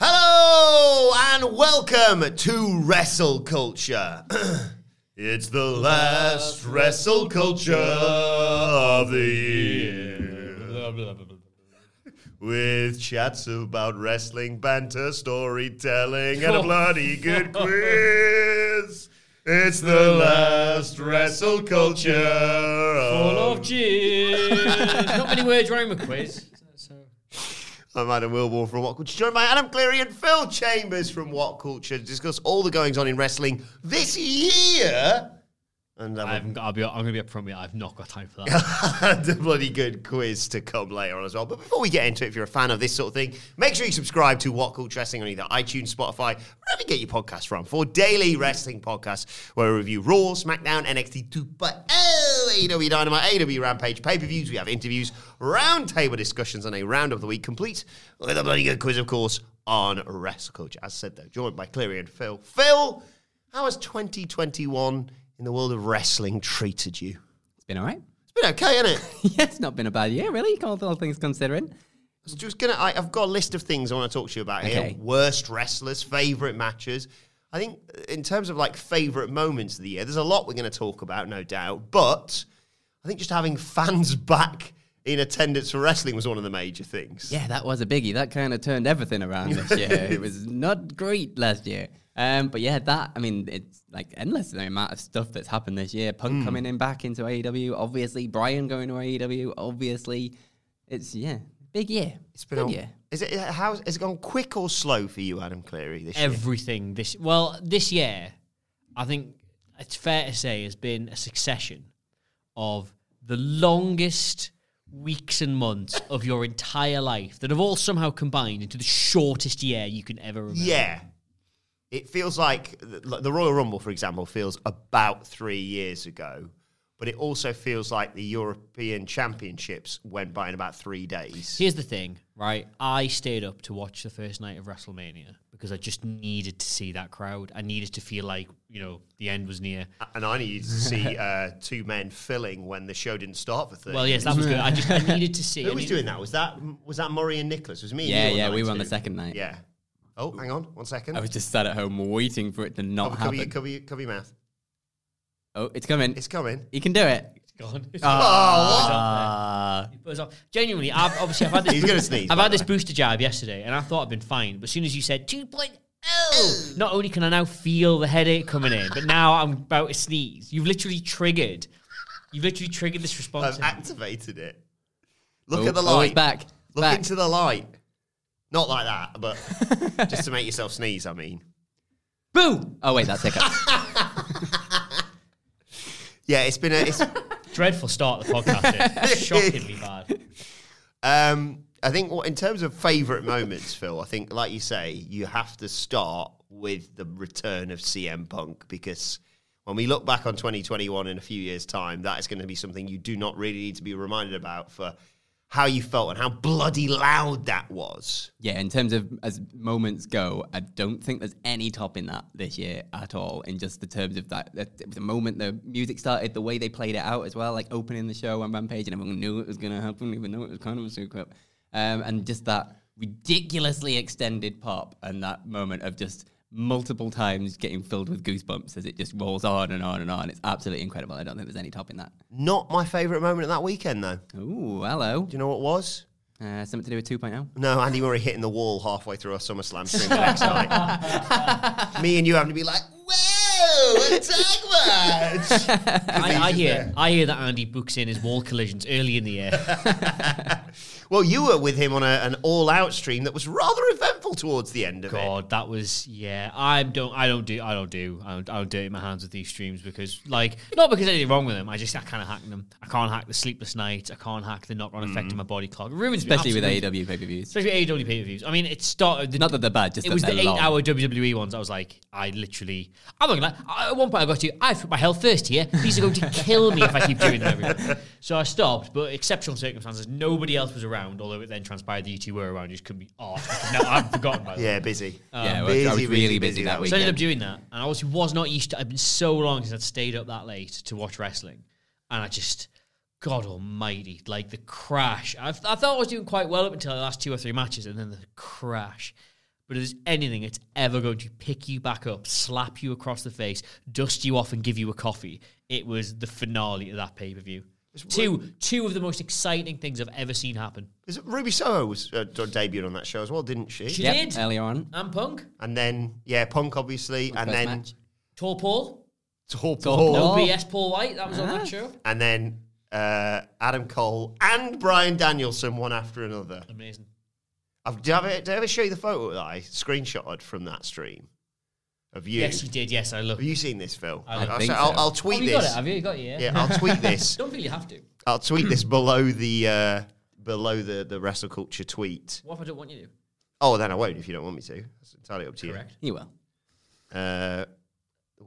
Hello and welcome to Wrestle Culture. it's the last Wrestle Culture of the year. With chats about wrestling, banter, storytelling, Oh. and a bloody good quiz. It's the last Wrestle Culture Full of of cheese. Um, Not many words rhyme with quiz. I'm Adam Wilborn from What Culture, joined by Adam Cleary and Phil Chambers from What Culture to discuss all the goings on in wrestling this year. And I have haven't got, I'll be, I'm going to be up front with you. I've not got time for that. a bloody good quiz to come later on as well. But before we get into it, if you're a fan of this sort of thing, make sure you subscribe to What Culture Wrestling on either iTunes, Spotify, wherever you get your podcast from, for daily wrestling podcasts where we review Raw, SmackDown, NXT 2.0, AEW E Dynamite, AEW Rampage, pay-per-views. We have interviews, roundtable discussions, and a round of the week complete with a bloody good quiz, of course, on wrestle culture. As said, though, joined by Cleary and Phil. Phil, how has 2021 in the world of wrestling treated you? Been all right. It's been okay, hasn't it? yeah, it's not been a bad year, really. All, all things considering. I was just gonna. I, I've got a list of things I want to talk to you about Okay. here. Worst wrestlers, favorite matches. I think uh, in terms of like favorite moments of the year, there's a lot we're going to talk about, no doubt. But I think just having fans back in attendance for wrestling was one of the major things. Yeah, that was a biggie. That kind of turned everything around this year. it was not great last year. Um, but yeah, that I mean, it's like endless the amount of stuff that's happened this year. Punk coming in back into AEW, obviously. Brian going to AEW, obviously. It's yeah, big year. It's Been big on- year. Is it how has it gone quick or slow for you, Adam Cleary? This year? Everything this well this year, I think it's fair to say has been a succession of the longest weeks and months of your entire life that have all somehow combined into the shortest year you can ever remember. Yeah. It feels like th- like the Royal Rumble, for example, feels about three years ago, but it also feels like the European Championships went by in about three days. Here's the thing, right? I stayed up to watch the first night of WrestleMania because I just needed to see that crowd. I needed to feel like, you know, the end was near. And I needed to see uh, two men filling when the show didn't start for 30 Well, yes, that was good. I just I needed to see. Who I was need- doing that? Was that was that Murray and Nicholas? Was me? and Yeah, you on yeah, night we were on two? the second night. Yeah. Oh, hang on, one second. Oh, I was just sat at home waiting for it to not cover, cover, happen. your, cover, your, cover your mouth. oh, it's coming. It's coming. you can do it. Gone. Oh, Ah. It was off. Genuinely, I've obviously I've had this. He's gonna sneeze, I've by had the this booster jab yesterday, and I thought I'd been fine. But as soon as you said Oh. 2.0, not only can I now feel the headache coming in, but now I'm about to sneeze. You've literally triggered. You've literally triggered this response. I've in me. activated it. Look Oh, at the oh, light. it's back. It's Look back. into the light. Not like that, but just to make yourself sneeze, I mean. Boo! Oh wait, that's hiccup. Yeah, it's been a it's Dreadful start of the podcast. here. Shockingly bad. um I think what in terms of favourite moments, Phil, I think like you say, you have to start with the return of CM Punk because when we look back on 2021 in a few years' time, that is going to be something you do not really need to be reminded about for how you felt and how bloody loud that was. Yeah, in terms of as moments go, I don't think there's any top in that this year at all. In just the terms of that, that the moment the music started, the way they played it out as well, like opening the show on Rampage, and everyone knew it was going to happen, even though it was kind of a super up. Um, and just that ridiculously extended pop and that moment of just multiple times, getting filled with goosebumps as it just rolls on and on and on. It's absolutely incredible. I don't think there's any topping that. Not my favourite moment of that weekend, though. Do Ooh, hello. you know what it was? Uh, something to do with 2.0. No, Andy Murray hitting the wall halfway through a SummerSlam stream the next night. Me and you having to be like, whoa, a tag match. I, I hear, I hear that Andy books in his wall collisions early in the year. well, you were with him on a, an all-out stream that was rather eventful towards the end of it. God, that was yeah. I don't, I don't do, I don't do, I don't, I don't dirty my hands with these streams because, like, not because anything wrong with them. I just, I can't hack them. I can't hack the sleepless nights. I can't hack the knock-on effect of my body clock. It ruins me, Mm. Especially with absolutely. AEW pay per views. especially AEW pay per views. I mean, it started. The, Not that they're bad, just it that was the they're long. eight-hour WWE ones. I was like, I literally, I'm not gonna. Lie. I- At one point, I got to, I've put my health first here. These are going to kill me if I keep doing them. Every day. So I stopped, but exceptional circumstances. Nobody else was around, although it then transpired the you two were around. You just couldn't be arsed. No, I've forgotten. By the way. Yeah, busy. Yeah, I was- I was really busy that So I ended up weekend. doing that, and I obviously was not used to. I've been so long since I'd stayed up that late to watch wrestling, and I just, God Almighty, like the crash. I, I thought I was doing quite well up until the last two or three matches, and then the crash. But if there's anything that's ever going to pick you back up, slap you across the face, dust you off, and give you a coffee, it was the finale of that pay per view. Two, two of the most exciting things I've ever seen happen. Is it- Ruby Soho was uh, debuted on that show as well, didn't she? She Yep, did. earlier on. And Punk, And then, yeah, Punk obviously, and first then match. Tall Paul, Ah. Tall Tall Paul, Paul. no BS Paul White. That was on that show. and then uh, Adam Cole and Brian Danielson, one after another. Amazing. I've, did, I ever, did I ever show you the photo that I screenshotted from that stream of you? Yes, he did. Yes, I look. Have you seen this, Phil? I I'll, think I'll, so. I'll tweet Have you this. got it? Have you You got it? Yeah. Yeah, I'll tweet this. Don't feel you have to. I'll tweet this below the uh, below the the wrestle culture tweet. What if I don't want you to? Oh, then I won't if you don't want me to. That's entirely up to Correct. You will. you. Uh,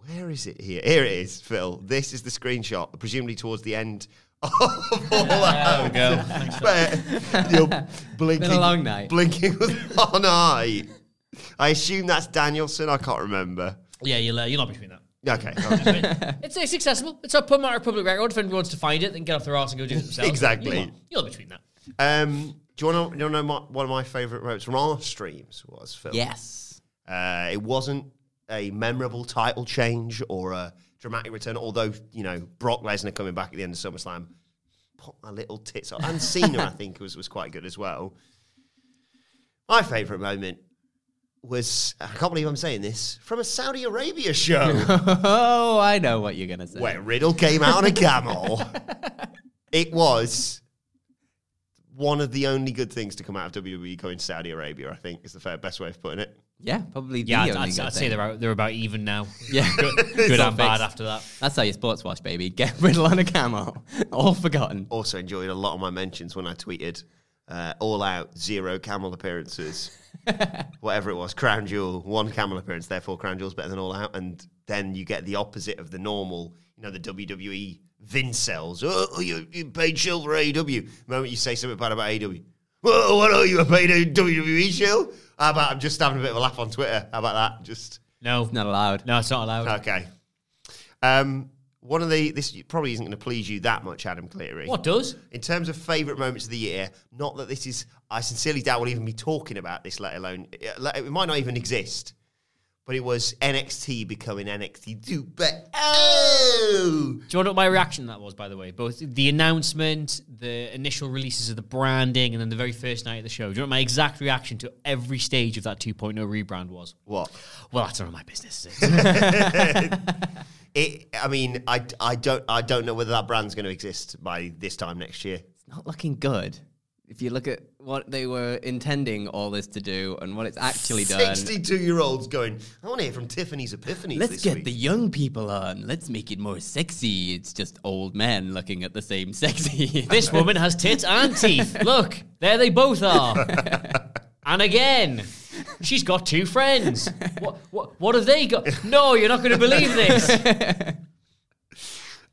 where is it here? Here it is, Phil. This is the screenshot, presumably towards the end of all out. go. But you're blinking, long night. blinking with one eye. I assume that's Danielson. I can't remember. Yeah, you'll uh, you'll not be between that. Okay, I'll just- It's, it's accessible. It's a put matter of public record. If anyone wants to find it, then get off their arse and go do it themselves. Exactly. You'll, you'll be between that. Um, do you want to know my, one of my favourite moments from our streams was Phil? Yes. Uh, it wasn't a memorable title change or a dramatic return, although, you know, Brock Lesnar coming back at the end of SummerSlam put my little tits up. And Cena, I think, was, was quite good as well. My favourite moment was, I can't believe I'm saying this, from a Saudi Arabia show. Oh, I know what you're going to say. where Riddle came out on a camel. it was one of the only good things to come out of WWE going to Saudi Arabia, I think, is the fair, best way of putting it. Yeah, probably the Yeah, I'd, only I'd, good I'd thing. say they're out, they're about even now. Yeah. Good all and bad fixed. after that. That's how you sports wash, baby. Get Riddle on a camel. All forgotten. Also enjoyed a lot of my mentions when I tweeted uh, all out zero camel appearances, whatever it was, crown jewel, one camel appearance, therefore crown jewel's better than all out. And then you get the opposite of the normal, you know, the WWE Vincells. Oh, you, you paid shill for AEW. E The moment you say something bad about E AEW, Whoa, what are "Oh, you, a paid WWE shill? How about I'm just having a bit of a laugh on Twitter? How about that? Just No, Not allowed. no, it's not allowed. okay. Um, one of the this probably isn't going to please you that much, Adam Cleary. What does? In terms of favourite moments of the year, not that this is, I sincerely doubt we'll even be talking about this, let alone, it might not even exist, but it was NXT becoming NXT 2.0. Do you know what my reaction to that was, by the way? Both the announcement, the initial releases of the branding, and then the very first night of the show. Do you know what my exact reaction to every stage of that 2.0 rebrand was? What? Well, that's none of my business. Is it? It, I mean, I, I, don't, I don't know whether that brand's going to exist by this time next year. It's not looking good. If you look at what they were intending all this to do and what it's actually done. 62 year olds going, I want to hear from Tiffany's Epiphanies Let's this get week. the young people on. Let's make it more sexy. It's just old men looking at the same sexy. this woman has tits and teeth. Look, there they both are. And again, she's got two friends. What, what, what have they got? No, you're not going to believe this.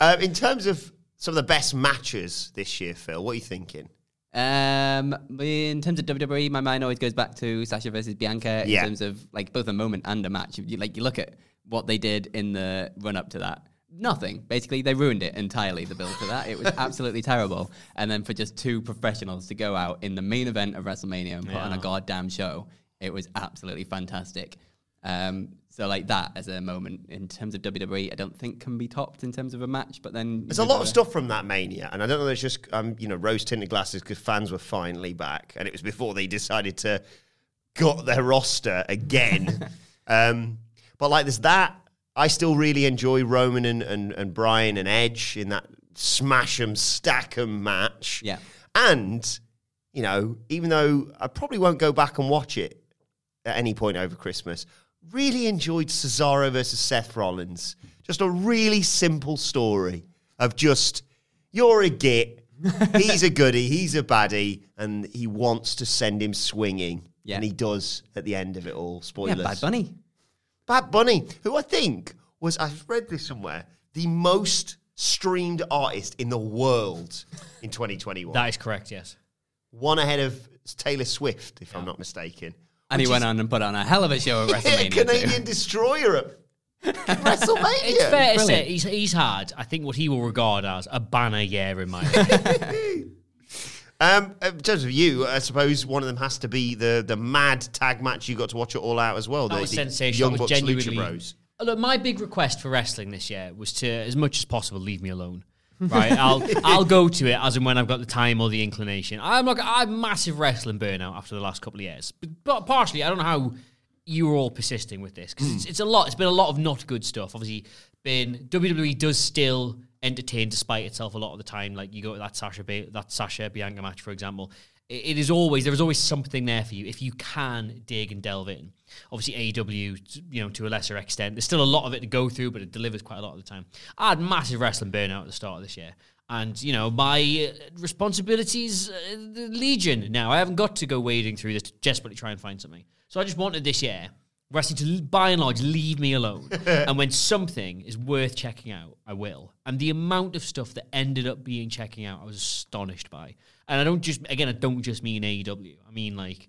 Uh, in terms of some of the best matches this year, Phil, what are you thinking? Um, in terms of WWE, my mind always goes back to Sasha versus Bianca in Yeah. terms of like both a moment and a match. You, like you look at what they did in the run up to that. Nothing. Basically, they ruined it entirely. The build to that, it was absolutely terrible. And then for just two professionals to go out in the main event of WrestleMania and put on a goddamn show, it was absolutely fantastic. Um, So like that as a moment in terms of WWE, I don't think can be topped in terms of a match. But then you There's a move lot over- of stuff from that mania, and I don't know. There's just um, you know, rose tinted glasses because fans were finally back, and it was before they decided to gut their roster again. um, but like there's that. I still really enjoy Roman and and, and Brian and Edge in that smash 'em stack 'em match. Yeah. and you know, even though I probably won't go back and watch it at any point over Christmas. Really enjoyed Cesaro versus Seth Rollins. Just a really simple story of just you're a git, he's a goody, he's a baddie, and he wants to send him swinging, Yeah. and he does at the end of it all. Yeah, Spoilers. Bad Bunny. Bad Bunny, who I think was I've read this somewhere the most streamed artist in the world in 2021. That is correct, yes. One ahead of Taylor Swift, if I'm not mistaken. And he went on and put on a hell of a show at WrestleMania. too. Canadian destroyer at WrestleMania. It's fair to say Brilliant. he's, he's had, I think, what he will regard as a banner year in my opinion. Um, in terms of you, I suppose one of them has to be the the mad tag match you got to watch it all out as well. That the, was the sensational. Young That was Bucks genuinely. Lucha Bros. Uh, Look, my big request for wrestling this year was to, as much as possible, leave me alone. Right, I'll I'll go to it as and when I've got the time or the inclination. I'm like I'm massive wrestling burnout after the last couple of years, but, but partially I don't know how you were all persisting with this because it's, Hmm. it's a lot. It's been a lot of not good stuff. Obviously, been WWE does still entertain despite itself a lot of the time. Like you go to that Sasha ba- that Sasha Bianca match for example, it, it is always there is always something there for you if you can dig and delve in. Obviously, AEW, you know, to a lesser extent, there's still a lot of it to go through, but it delivers quite a lot of the time. I had massive wrestling burnout at the start of this year, and you know, my uh, responsibilities uh, the legion now. I haven't got to go wading through this to desperately try and find something. So I just wanted this year wrestling to, l- by and large, leave me alone. and when something is worth checking out, I will. And the amount of stuff that ended up being checking out, I was astonished by. And I don't just, again, I don't just mean AEW. I mean, like,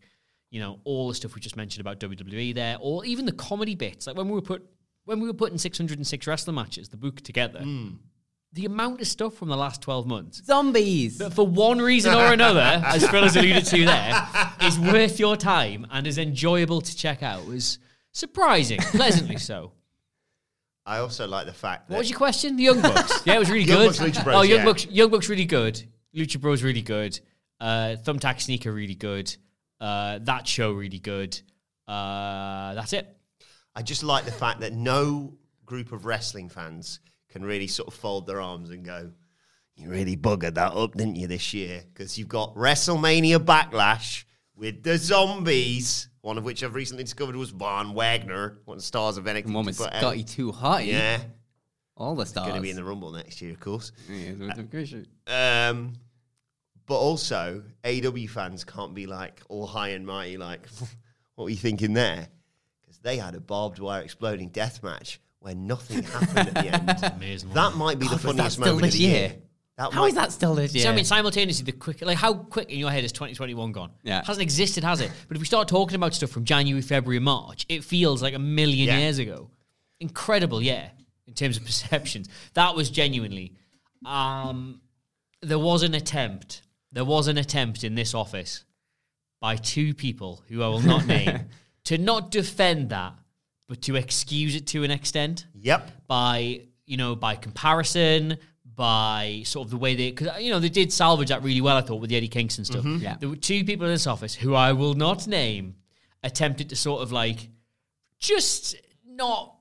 you know, all the stuff we just mentioned about WWE there, or even the comedy bits. Like when we were put, when we were putting 606 wrestler matches, the book together, the amount of stuff from the last 12 months Zombies. that for one reason or another, as Phil has alluded to there, is worth your time and is enjoyable to check out was surprising, pleasantly so. I also like the fact that What was your question? The Young Bucks. Yeah, it was really Young good. Bucks, Lucha Bros, oh, Young yeah. Bucks, Young Bucks really good. Lucha Bros really good. Uh, Thumbtack Sneaker really good. Uh, that show really good. Uh, that's it. I just like the fact that no group of wrestling fans can really sort of fold their arms and go, "You really buggered that up, didn't you, this year?" Because you've got WrestleMania Backlash with the zombies. One of which I've recently discovered was Von Wagner, one of the stars of NXT. And one with 2.0. Scotty Too Hotty. uh, Yeah, All the stars. going to be in the uh, Rumble next year, of course. Yeah, so it's a great show. Um, but also, AW fans can't be like all high and mighty, like, what were you thinking there? Because they had a barbed wire exploding death match where nothing happened at the end. Amazing. That might be the God, was that funniest still moment this of the year. year? That How might- is that still this year? So I mean, simultaneously, the quick, like how quick in your head is 2021 gone? Yeah. hasn't existed, has it? But if we start talking about stuff from January, February, March, it feels like a million Yeah. years ago. Incredible, yeah. In terms of perceptions, that was genuinely. Um, there was an attempt. There was an attempt in this office by two people who I will not name to not defend that, but to excuse it to an extent Yep. by you know by comparison by sort of the way they because you know they did salvage that really well I thought with the Eddie Kingston stuff. Yeah. There were two people in this office who I will not name attempted to sort of like just not.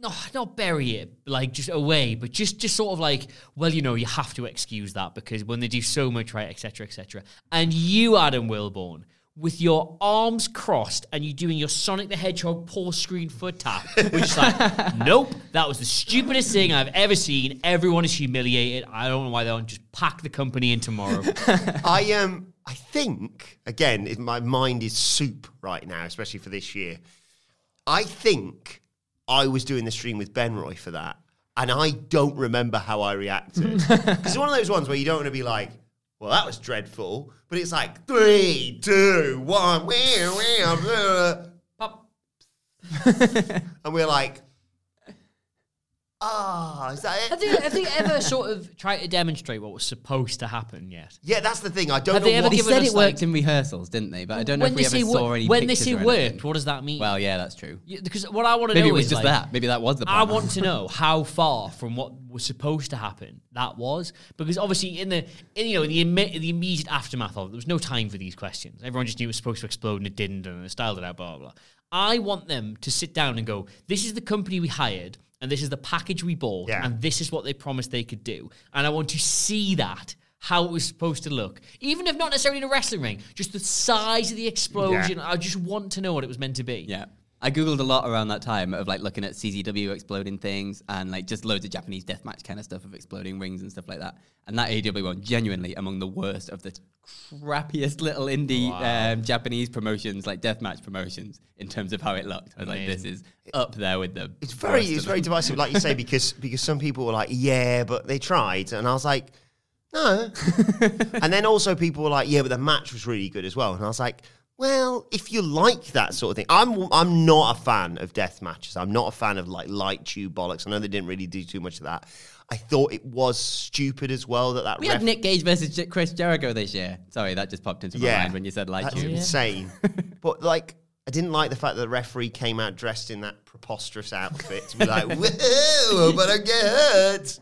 Not, not bury it like just away, but just just sort of like well, you know, you have to excuse that because when they do so much right, etc., etc. And you, Adam Wilborn, with your arms crossed and you doing your Sonic the Hedgehog pause screen foot tap, which is like, nope, that was the stupidest thing I've ever seen. Everyone is humiliated. I don't know why they don't just pack the company in tomorrow. I um I think again if my mind is soup right now, especially for this year. I think I was doing the stream with Benroy for that, and I don't remember how I reacted because it's one of those ones where you don't want to be like, "Well, that was dreadful," but it's like three, two, one, wee, wee, uh, Pop. and we're like, Ah, is that Have it? they, have they ever sort of tried to demonstrate what was supposed to happen yet? Yeah, that's the thing. I don't Have know they ever what. They given said us, it worked like- in rehearsals, didn't they? But I don't know when if we they ever say saw wor- any when they pictures say or worked, anything. what does that mean? Well, yeah, that's true. Yeah, Because what I want to Maybe know it was is just like, that. Maybe that was the plan. I want to know how far from what was supposed to happen that was, because obviously in the in, you know in the imme- the immediate aftermath of it, there was no time for these questions. Everyone just knew it was supposed to explode and it didn't, and it styled it out, blah blah. blah. I want them to sit down and go, "This is the company we hired, and this is the package we bought, Yeah. and this is what they promised they could do," and I want to see that. How it was supposed to look, even if not necessarily in a wrestling ring, just the size of the explosion. I just want to know what it was meant to be. Yeah. I googled a lot around that time of like looking at CZW exploding things and like just loads of Japanese deathmatch kind of stuff of exploding rings and stuff like that. And that AEW one genuinely among the worst of the crappiest little indie um, Japanese promotions, like deathmatch promotions, in terms of how it looked. I was like, this is up there with the. It's very, worst it's of very them. divisive, like you say, because because some people were like, yeah, but they tried, and I was like, no. and then also people were like, yeah, but the match was really good as well, and I was like, well, if you like that sort of thing, I'm I'm not a fan of death matches. I'm not a fan of like light tube bollocks. I know they didn't really do too much of that. I thought it was stupid as well that that We ref- had Nick Gage versus J- Chris Jericho this year. Sorry, that just popped into my mind when you said like That's you. insane. but like, I didn't like the fact that the referee came out dressed in that preposterous outfit to be like, "Whoa, but I don't get hurt."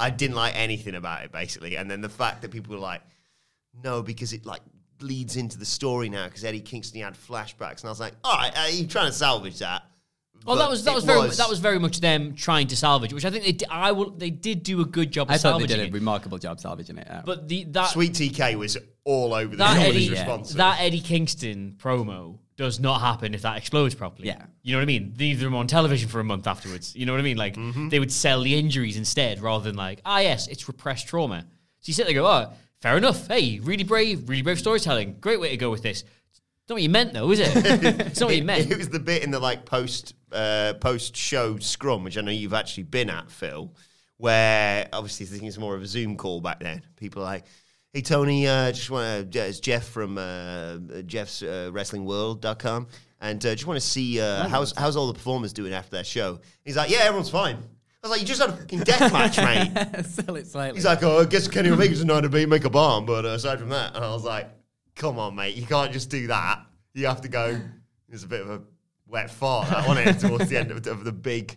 I didn't like anything about it basically, and then the fact that people were like, "No," because it like leads into the story now because Eddie Kingston had flashbacks, and I was like, "All right, are you trying to salvage that?" Oh, But that was it that was very that was very much them trying to salvage, which I think they did, I will they did do a good job of I thought they salvaging did a it. remarkable job salvaging it. out. But the that Sweet TK was all over the that shop with Eddie his responses. that Eddie Kingston promo does not happen if that explodes properly. Yeah. you know what I mean. Neither of them on television for a month afterwards. You know what I mean? Like Mm-hmm. they would sell the injuries instead rather than like ah yes, it's repressed trauma. So you sit there and go oh fair enough. Hey, really brave, really brave storytelling. Great way to go with this. It's not what you meant though, is it? it's not what you meant. It was the bit in the like post uh, post show scrum, which I know you've actually been at, Phil, where obviously the thing is more of a Zoom call back then. People are like, "Hey Tony, uh, just want to it's Jeff from uh, Jeff's uh, Wrestling World.com, and uh, just want to see uh, how's how's all the performers doing after their show." He's like, "Yeah, everyone's fine." I was like, "You just had a fucking death match, mate." Sell it slightly. He's like, "Oh, I guess Kenny Omega's not to be make a bomb, but uh, aside from that," and I was like, "Come on, mate, you can't just do that. You have to go." It's a bit of a wet fart that one it towards the end of, of the big.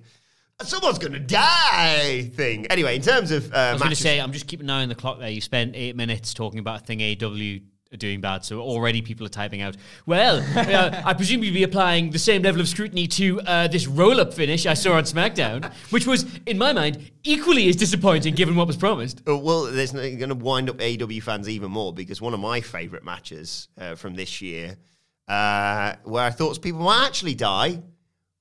Someone's gonna die thing. Anyway, in terms of I uh, was going to matches, say, I'm just keeping an eye on the clock there. You spent eight minutes talking about a thing AW are doing bad, so already people are typing out, well, uh, I presume you'd be applying the same level of scrutiny to uh, this roll up finish I saw on SmackDown, which was, in my mind, equally as disappointing given what was promised. Uh, well, there's going to wind up AEW fans even more because one of my favourite matches uh, from this year, uh, where I thought people might actually die,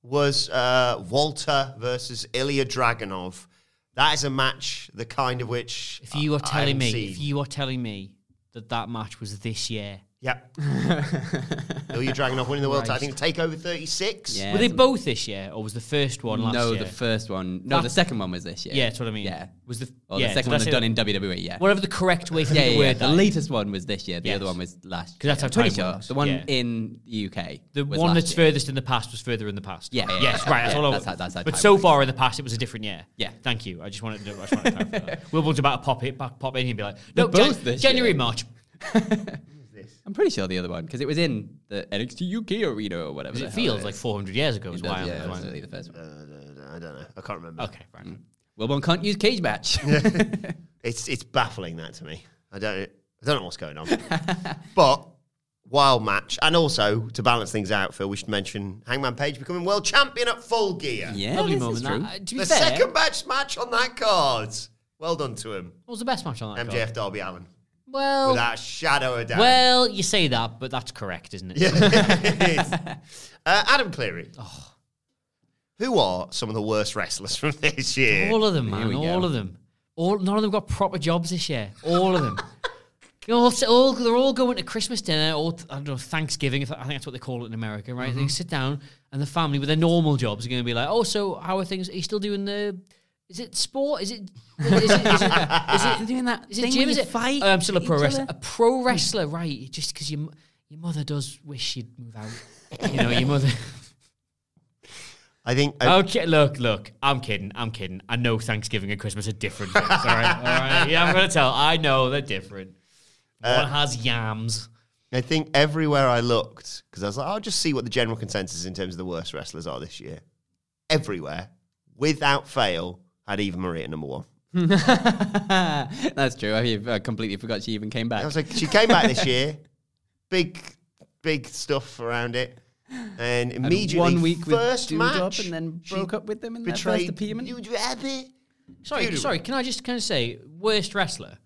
was uh, Walter versus Ilya Dragunov. That is a match, the kind of which If you I- are I telling haven't me, seen. if you are telling me that that match was this year, yep, Ilya Dragunov winning the world title. I think Takeover 36. Yeah. were they both this year, or was the first one last no, year? the first one. No, That- the second one was this year. Yeah, that's what I mean. Yeah. was the Or yeah, the second did I one say they've done that- in WWE, yeah. whatever the correct way to yeah, do yeah, the yeah. word. The that is. latest one was this year. The Yes. other one was last. 'Cause that's year. how pretty time sure. works, The one yeah. in the UK. The was one last that's year. furthest in the past was further in the past. Yeah, yeah, yeah. yes, right. That's Yeah, all I that's how- that's how But time so works. far in the past, it was a different year. Yeah. Thank you. I just wanted to. I just wanted to clarify that. We'll about to pop it back, pop in and be like, no, They're both Jan- this January, year. March. I'm pretty sure the other one because it was in the NXT UK arena or whatever. 'Cause the it hell feels is. like 400 years ago. Is It why I'm- does, yeah, why I'm- absolutely the first one. Uh, I don't know. I can't remember. Okay, right. Mm. Well, one can't use cage match. It's it's baffling that to me. I don't I don't know what's going on. but wild match, and also to balance things out, Phil, we should mention Hangman Page becoming world champion at Full Gear. yeah, Lovely this moment. is true. That, Uh, to be the fair, second best match on that card. Well done to him, what was the best match on that? card? MJF Darby Allen, Well, without a shadow of doubt. Oh. well, you say that, but that's correct, isn't it? uh, Adam Cleary. Oh. Who are some of the worst wrestlers from this year? All of them, man. we All go. of them. All none of them got proper jobs this year. All of them. They all, sit- all- they're all going to Christmas dinner or I don't know Thanksgiving. if- I think that's what they call it in America, right? Mm-hmm. They sit down and the family with their normal jobs are going to be like, "Oh, so how are things? Are you still doing the? Is it sport? Is it? Is it? Is it, is it, doing that is it gym? Is it fight? I'm still a pro wrestler. A Hmm. pro wrestler, right? Just because your m- your mother does wish you'd move out. You know, your mother. I think. I- Okay, look, look. I'm kidding. I'm kidding. I know Thanksgiving and Christmas are different. things, all right, all right. Yeah, I'm gonna tell. I know they're different. Uh, One has yams. I think everywhere I looked, because I was like, I'll just see what the general consensus in terms of the worst wrestlers are this year. Everywhere, without fail, had Eva Marie at number one. That's true. I I completely forgot she even came back. I was like, she came back this year, big, big stuff around it, and immediately one week with first Doudrop match, and then she broke up with them in their first betrayed appearance. Doudrop Abbey. Sorry, Beautiful. sorry. Can I just kind of say worst wrestler?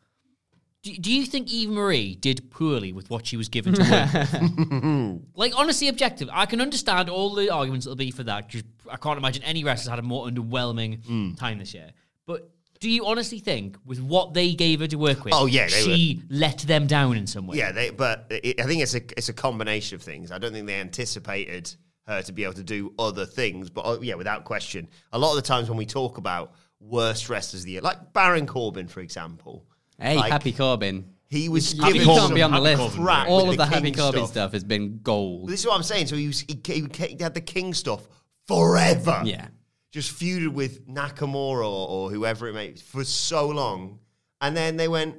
Do, do you think Eve Marie did poorly with what she was given to work? with? like honestly, objective. I can understand all the arguments that'll be for that because I can't imagine any wrestlers had a more underwhelming Mm. time this year. But do you honestly think with what they gave her to work with? Oh, yeah, they she let them down in some way. Yeah, they, but it, I think it's a it's a combination of things. I don't think they anticipated her to be able to do other things, but oh, yeah, without question, a lot of the times when we talk about worst wrestlers of the year, like Baron Corbin, for example, hey, like, Happy Corbin. he was You given can't be on the some list. crap All with of the, Happy King Corbin stuff. stuff. has been gold. This is what I'm saying. So he, was, he, ca- he ca- had the King stuff forever. Yeah. Just feuded with Nakamura or, or whoever it may be for so long. And then they went,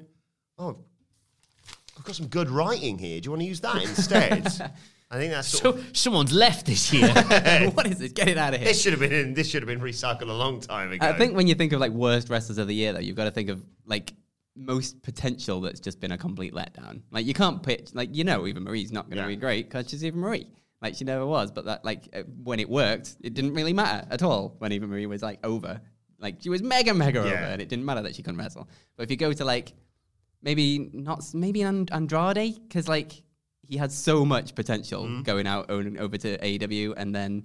oh, I've got some good writing here. Do you want to use that instead? I think that's sort So of, someone's left this year. what is this? Get it out of here. this should have been in, this should have been recycled a long time ago. I think when you think of like worst wrestlers of the year, though, you've got to think of like most potential that's just been a complete letdown. Like you can't pitch, like you know, Eva Marie's not going to Yeah. be great because she's Eva Marie. Like she never was, but that like uh, when it worked, it didn't really matter at all. When Eva Marie was like over, like she was mega mega over, Yeah. and it didn't matter that she couldn't wrestle. But if you go to like maybe not maybe an Andrade because like he had so much potential Mm-hmm. going out o- over to AEW and then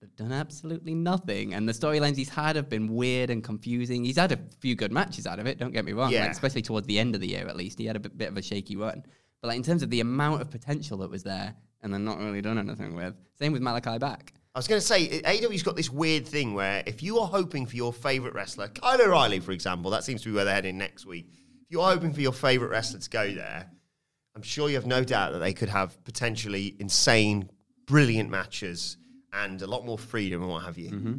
they've done absolutely nothing and the storylines he's had have been weird and confusing he's had a few good matches out of it don't get me wrong Yeah. like, especially towards the end of the year at least he had a bit, bit of a shaky run but like in terms of the amount of potential that was there and then not really done anything with same with Malachi back I was going to say, AEW's got this weird thing where if you are hoping for your favourite wrestler, Kyle O'Reilly, for example, that seems to be where they're heading next week. If you're hoping for your favourite wrestler to go there, I'm sure you have no doubt that they could have potentially insane, brilliant matches and a lot more freedom and what have you. Mm-hmm.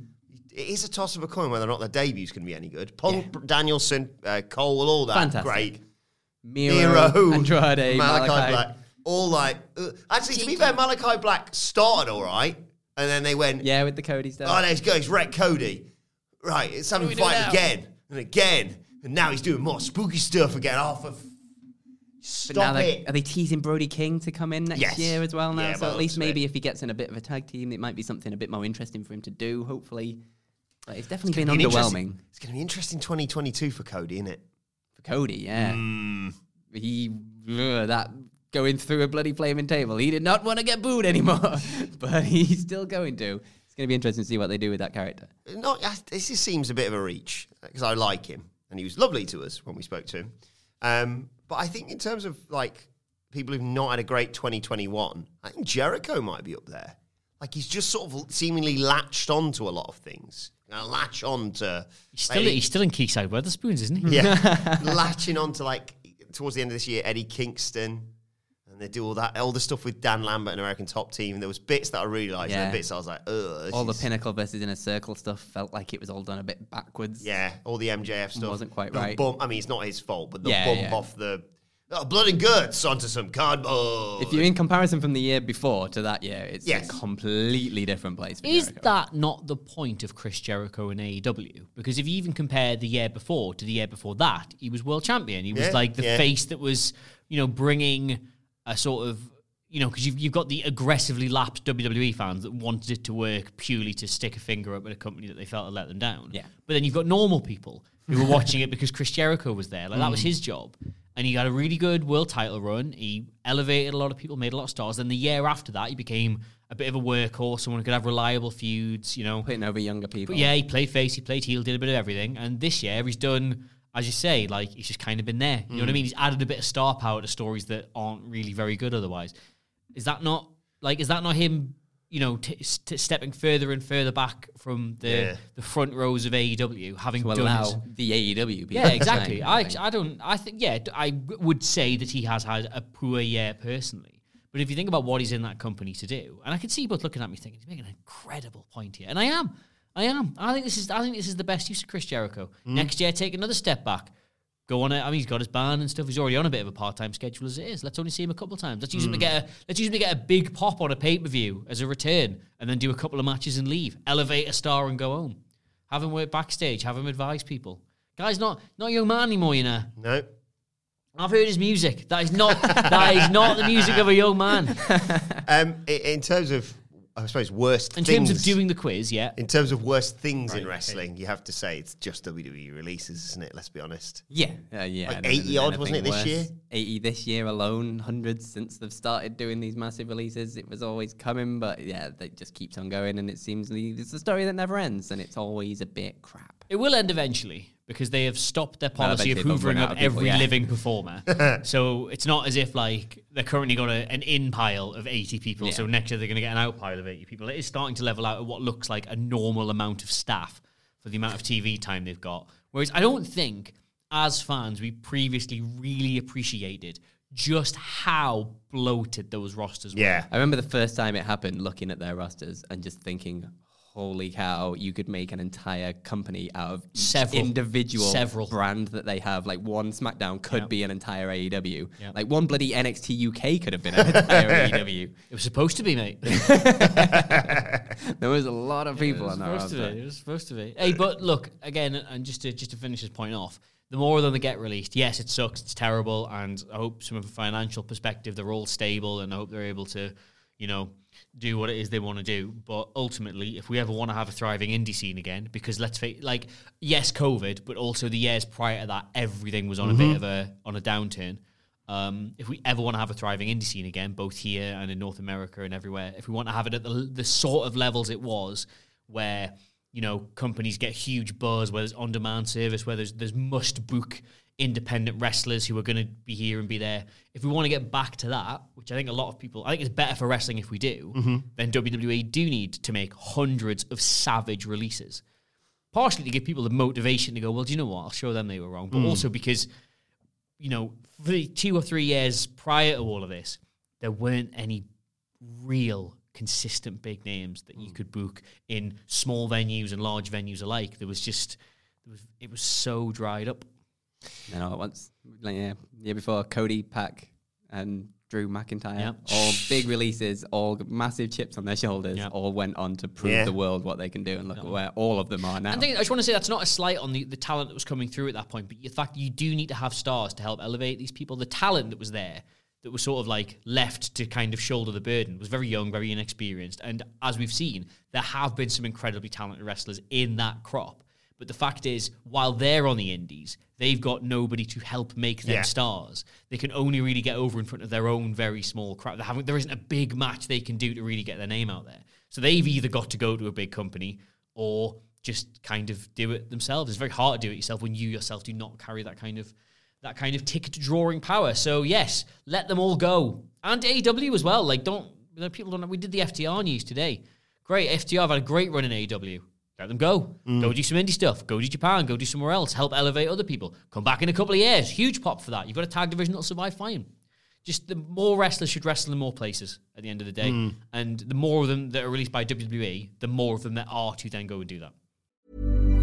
It is a toss of a coin whether or not their debut's going to be any good. Paul Danielson, uh, Cole, all that, Fantastic. great. Miro, Hero, Andrade Malachi, Black, all like. uh, actually, to be fair, Malachi Black started all right, and then they went, yeah with the Cody stuff Oh, there's goes Red Cody. Right, it's having a fight again and again, and now he's doing more spooky stuff again. Oh, for f- But now stop they it! are they teasing Brody King to come in next Yes. year as well now? Yeah, so by the at looks least of maybe it. if he gets in a bit of a tag team, it might be something a bit more interesting for him to do, hopefully. But it's definitely been An underwhelming interesting- It's going to be interesting 2022 for Cody, isn't it? for Cody, yeah. He ugh, that going through a bloody flaming table. He did not want to get booed anymore. but he's still going to. It's gonna be interesting to see what they do with that character. Not I- this just seems a bit of a reach because I like him and he was lovely to us when we spoke to him. Um, but I think in terms of like people who've not had a great 2021, I think Jericho might be up there. Like he's just sort of seemingly latched onto a lot of things. Now latch on to He's still, maybe- he's still in Quayside Weatherspoons, isn't he? Yeah. Latching on to like towards the end of this year, Eddie Kingston. And they do all that, all the stuff with Dan Lambert and American Top Team. There was bits that I really liked, and Yeah. then bits I was like, ugh. this All the is- pinnacle versus inner circle stuff felt like it was all done a bit backwards. yeah, all the MJF stuff Wasn't quite The right. Bump, I mean, it's not his fault, but the Yeah, bump yeah. off the oh, blood and guts onto some cardboard. If you're in comparison from the year before to that year, it's Yes. a completely different place. For Is Jericho. that not the point of Chris Jericho in AEW? Because if you even compare the year before to the year before that, he was world champion. He was Yeah, like the yeah. face that was, you know, bringing a sort of, you know, because you've, you've got the aggressively lapsed WWE fans that wanted it to work purely to stick a finger up at a company that they felt had let them down. Yeah. But then you've got normal people who were watching it because Chris Jericho was there. Like that was his job. And he got a really good world title run. He elevated a lot of people, made a lot of stars. Then the year after that, he became a bit of a workhorse, someone who could have reliable feuds, you know. putting over younger people. But yeah, he played face, he played heel, did a bit of everything. And this year, he's done, as you say, like he's just kind of been there. You know what Mm. I mean? He's added a bit of star power to stories that aren't really very good otherwise. Is that not like is that not him? You know, t- s- t- stepping further and further back from the Yeah. the front rows of AEW, having to done his- allow the E AEW people. yeah, to exactly. sign, I, think. I don't. I think yeah. d- I w- would say that he has had a poor year personally, But if you think about what he's in that company to do, and I can see you both looking at me thinking he's making an incredible point here, and I am, I am. I think this is, I think this is the best use of Chris Jericho. Next year, take another step back. Go on. A, I mean, he's got his band and stuff. He's already on a bit of a part-time schedule as it is. Let's only see him a couple of times. Let's use him to get a, let's use him to get a big pop on a pay-per-view as a return, and then do a couple of matches and leave. Elevate a star and go home. Have him work backstage. Have him advise people. Guy's not not a young man anymore, you know. No. I've heard his music. That is not that is not the music of a young man. Um, i- in terms of, I suppose, worst In things. terms of doing the quiz, yeah. in terms of worst things in wrestling, you have to say it's just WWE releases, isn't it? Let's be honest. Yeah, uh, yeah. Like there 80 isn't odd, wasn't it, anything this worse. year? 80 this year alone, hundreds since they've started doing these massive releases. It was always coming, but yeah, it just keeps on going, and it seems the- it's a story that never ends, and it's always a bit crap. It will end eventually because they have stopped their policy of eventually they'll hoovering run up out of people, every yeah. living performer. so it's not as if like they're currently got a, an in pile of 80 people. So next year they're going to get an out pile of 80 people. It is starting to level out at what looks like a normal amount of staff for the amount of TV time they've got. Whereas I don't think as fans we previously really appreciated just how bloated those rosters were. Yeah. I remember the first time it happened, looking at their rosters and just thinking, "Holy cow! You could make an entire company out of each Several. individual Several. brand that they have. Like one SmackDown could be an entire AEW. Yep. Like one bloody NXT UK could have been an entire E AEW. It was supposed to be, mate. There was a lot of people on that supposed to roster. be. It was supposed to be. Hey, but look again, and just to just to finish this point off, the more of them that get released, yes, it sucks, it's terrible, and I hope, from a financial perspective, they're all stable, and I hope they're able to, you know, do what it is they want to do. But ultimately, if we ever want to have a thriving indie scene again, because let's face, like, yes, COVID, but also the years prior to that, everything was on a bit of a on a downturn. Um, if we ever want to have a thriving indie scene again, both here and in North America and everywhere, if we want to have it at the, the sort of levels it was, where you know companies get huge buzz, where there's on-demand service, where there's there's must-book independent wrestlers who are going to be here and be there. If we want to get back to that, which I think a lot of people, I think it's better for wrestling if we do, then WWE do need to make hundreds of savage releases, partially to give people the motivation to go, well, do you know what? I'll show them they were wrong, but also because you know, for the two or three years prior to all of this, there weren't any real consistent big names that you could book in small venues and large venues alike. There was just there was, it was so dried up. You know, once like yeah, year before Cody Pack and Drew McIntyre, Yep. all big releases, all massive chips on their shoulders, Yep. all went on to prove Yeah. the world what they can do, and look at where all of them are now. I think I just want to say that's not a slight on the, the talent that was coming through at that point, but the fact you do need to have stars to help elevate these people. The talent that was there, that was sort of like left to kind of shoulder the burden, was very young, very inexperienced. And as we've seen, there have been some incredibly talented wrestlers in that crop. But the fact is, while they're on the indies, they've got nobody to help make them Yeah. stars. They can only really get over in front of their own very small crowd. They haven't, there isn't a big match they can do to really get their name out there. So they've either got to go to a big company or just kind of do it themselves. It's very hard to do it yourself when you yourself do not carry that kind of that kind of ticket drawing power. So yes, let them all go, and AEW as well. Like don't you know, people don't. know- We did the FTR news today. Great FTR have had a E great run in AEW. Let them go. Go do some indie stuff. Go to Japan. Go do somewhere else. Help elevate other people. Come back in a couple of years. Huge pop for that. You've got a tag division that'll survive fine. Just the more wrestlers should wrestle in more places at the end of the day. And the more of them that are released by WWE, the more of them there are to then go and do that.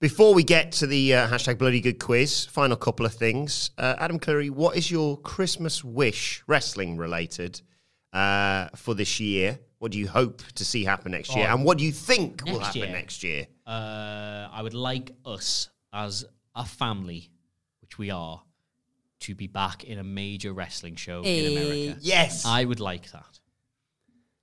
Before we get to the uh, hashtag bloody good quiz, final couple of things. Uh, Adam Cleary, what is your Christmas wish, wrestling related, uh, for this year? What do you hope to see happen next year? Oh. And what do you think will Next happen year. next year? Uh, I would like us as a family, which we are, to be back in a major wrestling show in America. Yes. I would like that.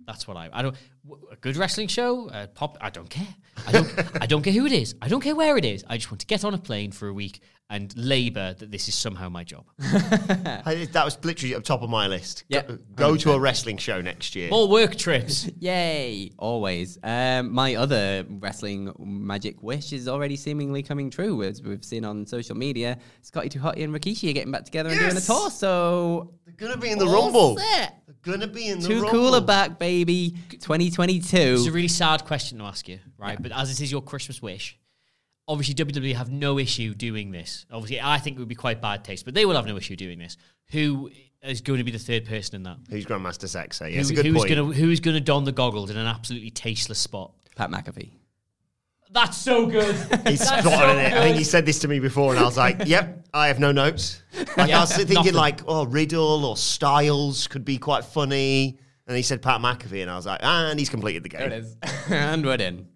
That's what I. I don't. w- A good wrestling show. Uh, pop. I don't care. I don't. I don't care who it is. I don't care where it is. I just want to get on a plane for a week and labour that this is somehow my job. I- that was literally at the top of my list. Yeah. Go, go to a wrestling show next year. More work trips. Yay! Always. Um, my other wrestling magic wish is already seemingly coming true, as we've seen on social media. Scotty Tuhati and Rikishi are getting back together and doing a Yes! tour, so They're going to be in the All Rumble. set. They're going to be in the two Rumble. cooler back, baby. 2022. It's a really sad question to ask you, right? But as it is your Christmas wish, obviously WWE have no issue doing this. Obviously, I think it would be quite bad taste, but they will have no issue doing this. Who is going to be the third person in that? Who's Grandmaster Sexer? Yeah, it's a Who- good who's point. Gonna, who's going to don the goggles in an absolutely tasteless spot? Pat McAfee. That's so good. He That's spotted so it. I think good. he said this to me before, and I was like, "Yep, I have no notes." Like I was Yeah, thinking, nothing. like, "Oh, Riddle or Styles could be quite funny," and he said Pat McAfee, and I was like, ah, "And he's completed the There it game." is. and we're in.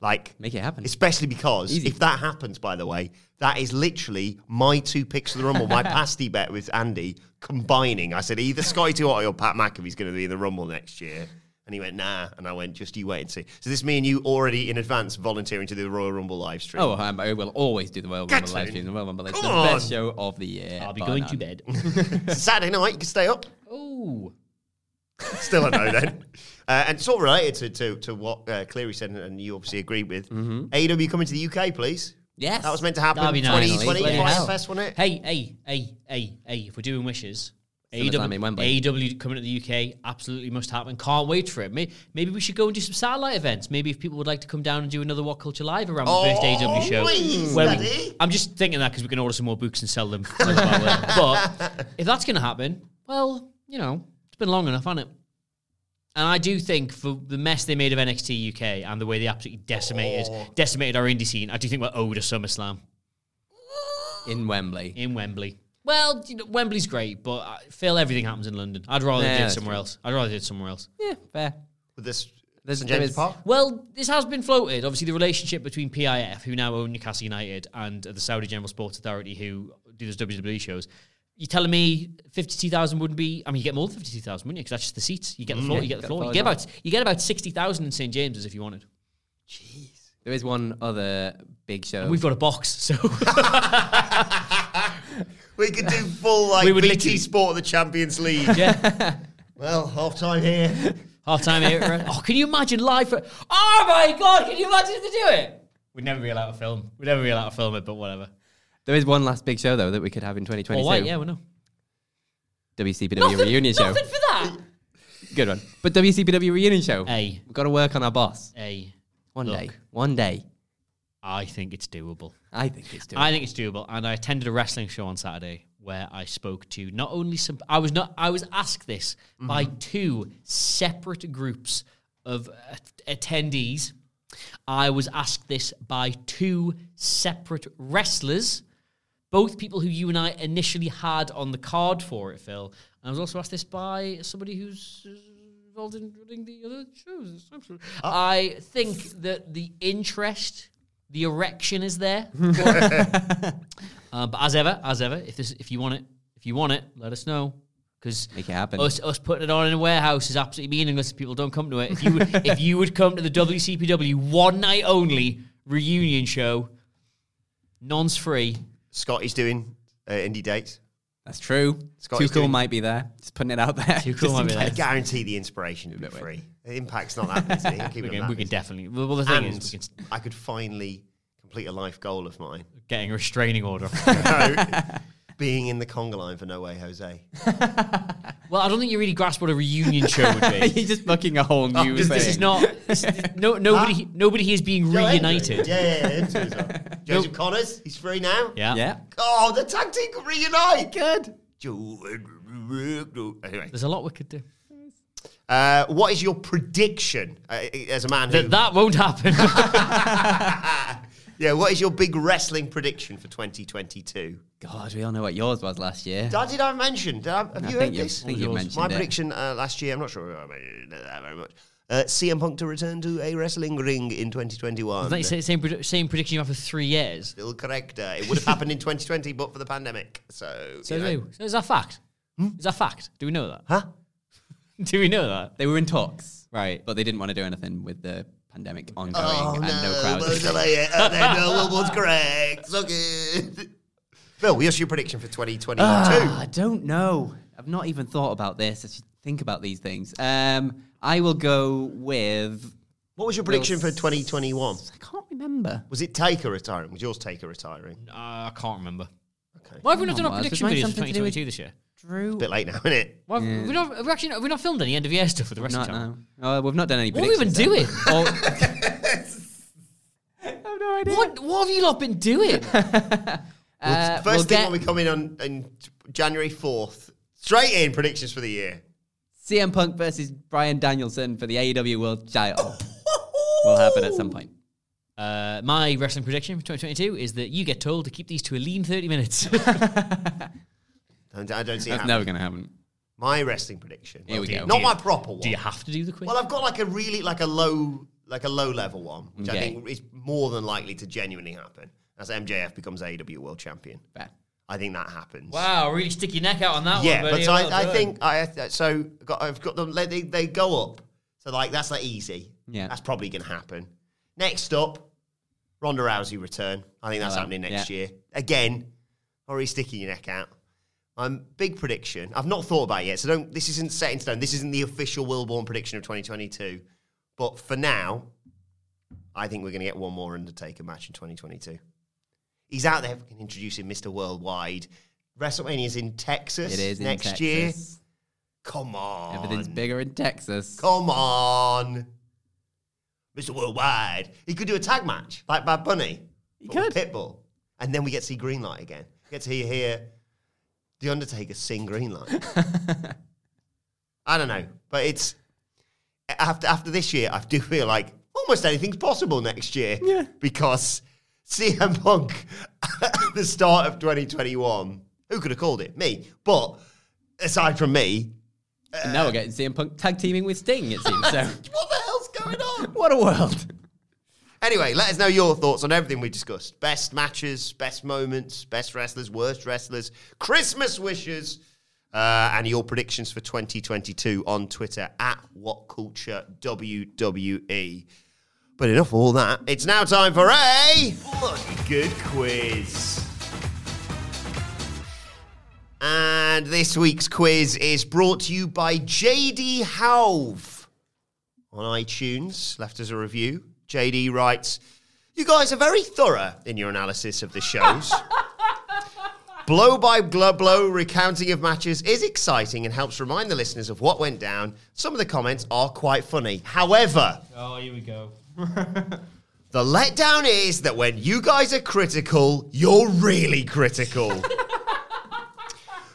Like, Make it happen. especially because Easy. if that happens, by the way, that is literally my two picks of the Rumble, my pasty bet with Andy combining. I said either Scotty Tuotti or Pat McAfee's going to be in the Rumble next year. And he went, nah. And I went, just you wait and see. So this me and you already in advance volunteering to do the Royal Rumble live stream. Oh, um, I will always do the World Get Rumble live to. stream. The World Rumble is the Come best on. show of the year. I'll be bar going none. to bed. Saturday night, you can stay up. oh, Still a no then. Uh, and it's all related to, to, to what uh, Cleary said, and you obviously agreed with. E AEW coming to the UK, please. Yes. That was meant to happen That'd be nice. 2020 Bloody Fire hell. Fest, wasn't it? hey, hey, hey, hey, hey! If we're doing wishes, Summertime in AEW, Wembley. AEW coming to the UK absolutely must happen. Can't wait for it. May- Maybe we should go and do some satellite events. Maybe if people would like to come down and do another What Culture Live around Oh, the first AEW show. please, we- Daddy. I'm just thinking that because we can order some more books and sell them. for the power. but if that's going to happen, well, you know, it's been long enough, hasn't it? And I do think for the mess they made of NXT UK and the way they absolutely decimated Oh. decimated our indie scene, I do think we're owed a SummerSlam in Wembley. in Wembley. Well, you know, Wembley's great, but I feel everything happens in London. I'd rather Yeah, do it that's somewhere true. else. I'd rather do it somewhere else. Yeah, fair. With this There's- St there James is- Park. Well, this has been floated. Obviously, the relationship between PIF, who now own Newcastle United, and the Saudi General Sports Authority, who do those WWE shows. You're telling me 52,000 wouldn't be. I mean, you get more than 52,000, wouldn't you? Because that's just the seats. You get the floor, you get the floor. You get about, you get about 60,000 in St. James's if you wanted. There is one other big show. We've got a box, so. We could do full like We would BT literally- Sport of the Champions League. yeah. Well, half time here. Half time here. right? Oh, can you imagine live? For, oh my God, can you imagine if they do it? We'd never be allowed to film. We'd never be allowed to film it, but whatever. There is one last big show though that we could have in 2022. All Oh, right, yeah, we know. WCPW Nothing- reunion show. nothing for that. Good one. But WCPW reunion show. Hey. We've got to work on our boss. Hey, One Uh, Look. day. One day. I think it's doable. I think it's doing. I think it's doable. And I attended a wrestling show on Saturday where I spoke to not only some. I was not. I was asked this by two separate groups of uh, attendees. I was asked this by two separate wrestlers, both people who you and I initially had on the card for it, Phil. And I was also asked this by somebody who's uh, involved in running the other shows. I think that the interest, the erection is there. Uh, but as ever, as ever, if this, if you want it, if you want it, let us know. Because Make it happen. Us, us putting it on in a warehouse is absolutely meaningless if people don't come to it. If you if you would come to the WCPW one night only reunion show, non's free. Scotty's doing uh, indie dates. That's true. Scotty's Too cool doing- might be there. Just putting it out there. Tuchel Just might in be there. case. I guarantee the inspiration would be free. The impact's not that busy. I'll keep it on We can, that we can busy. definitely. Well, well, the thing is, we And can, I could finally complete a life goal of mine. getting a restraining order. Being in the conga line for No Way Jose. well, I don't think you really grasp what a reunion show would be. You're just booking a whole new Because thing. this is not. this is- no, nobody, nobody here is being reunited. Yeah, yeah, yeah. him too as well. Joseph Connors, he's free now. Yeah. Yeah. Oh, the tag team could reunite. Good. Anyway, There's a lot we could do. uh, what is your prediction uh, as a man? Who, That, that won't happen. yeah, what is your big wrestling prediction for 2022? God, we all know what yours was last year. Did I, did I mention? Did I, have I you heard think you- this? I think you mentioned My it. prediction uh, last year, I'm not sure I mentioned that very much. Uh, CM Punk to return to a wrestling ring in 2021. Is that the same, predi- same prediction you have for three years? Still correct. Uh, it would have happened in 2020, but for the pandemic. So, So, Hmm? you know. do- so is that fact? Is that fact? Do we know that? huh? Do we know that? They were in talks, Right. but they didn't want to do anything with the pandemic ongoing Oh and no, no! we'll crowds. delay it, and then no one was correct. So good. Bill, what's your prediction for 2022? Ah, I don't know. I've not even thought about this. I should think about these things. Um, I will go with. what was your prediction for 2021? I can't remember. Was it Taker retiring? Was yours Taker retiring? Uh, I can't remember. Okay. Why have we not done our Mars, was prediction mine videos for something to do with- 2022 this year? Drew. Bit late now, isn't it? Why have, we not, have we actually not, have we not filmed any end of year stuff for the rest of Not the time. now. Oh, we've not done any. What are we even predictions then. doing? Or- I have no idea. what, what have you lot been doing? Uh, 1st we'll thing get when we come in on, on January 4th, straight in predictions for the year. CM Punk versus Brian Danielson for the AEW World Title. will happen at some point. Uh, my wrestling prediction for 2022 is that you get told to keep these to a lean 30 minutes. And I don't see That's how. never going to happen. My wrestling prediction. Here we Well, go. Not Do my you- proper one. do you have to do the quiz? Well, I've got like a really like a low like a low level one, which I Okay. think is more than likely to genuinely happen. As MJF becomes AEW World Champion, Fair. I think that happens. wow, really stick your neck out on that Yeah, but one. buddy. I, Well I done. think I so got, I've got them. They, they go up, so like that's like easy. Yeah. that's probably gonna happen. Next up, Ronda Rousey return. I think that's Oh, happening next yeah. year again. Already sticking your neck out. Um, big prediction. I've not thought about it yet, so don't. This isn't set in stone. This isn't the official Willborn prediction of 2022. But for now, I think we're going to get one more Undertaker match in 2022. He's out there fucking introducing Mr. Worldwide. WrestleMania's in Texas It is in next Texas. year. Come on. Everything's bigger in Texas. Come on. Mr. Worldwide. He could do a tag match like Bad Bunny. He could. Pitbull. And then we get to see Greenlight again. Get to hear, hear The Undertaker sing Greenlight. I don't know. But it's after after this year, I do feel like almost anything's possible next year. Yeah. Because CM Punk at the start of 2021. Who could have called it? Me. But aside from me, And now we're getting CM Punk tag teaming with Sting, it seems. So, what the hell's going on? what a world. Anyway, let us know your thoughts on everything we discussed. Best matches, best moments, best wrestlers, worst wrestlers, Christmas wishes, uh, and your predictions for 2022 on Twitter at WhatCultureWWE. But enough of all that. It's now time for a bloody good quiz. And this week's quiz is brought to you by JD Hauve on iTunes, left us a review. JD writes, You guys are very thorough in your analysis of the shows. blow by blow, blow recounting of matches is exciting and helps remind the listeners of what went down. Some of the comments are quite funny. However, Oh, here we go. the letdown is that when you guys are critical, you're really critical.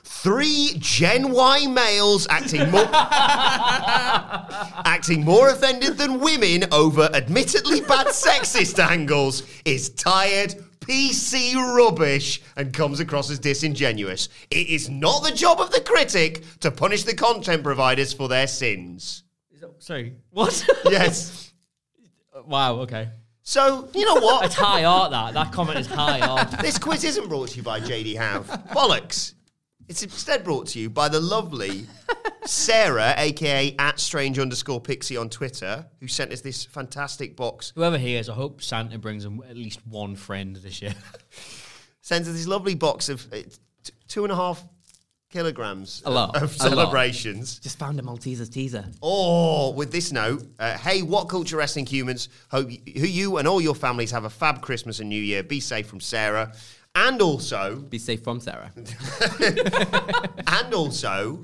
Three Gen Y males acting more acting more offended than women over admittedly bad sexist angles is tired PC rubbish and comes across as disingenuous. It is not the job of the critic to punish the content providers for their sins. Sorry. What? Yes. wow, okay. So, you know what? It's high art, that. That comment is high art. This quiz isn't brought to you by JD Howe. Bollocks. It's instead brought to you by the lovely Sarah, aka at strange underscore pixie on Twitter, who sent us this fantastic box. Whoever hears, I hope Santa brings them at least one friend this year. Sends us this lovely box of uh, t- two and a half kilograms A lot, of, a lot. celebrations. Just found a Maltesers teaser. Oh, with this note, uh, hey, what culture wrestling humans? Hope y- who you and all your families have a fab Christmas and New Year. Be safe from Sarah, and also, Be safe from Sarah. and also,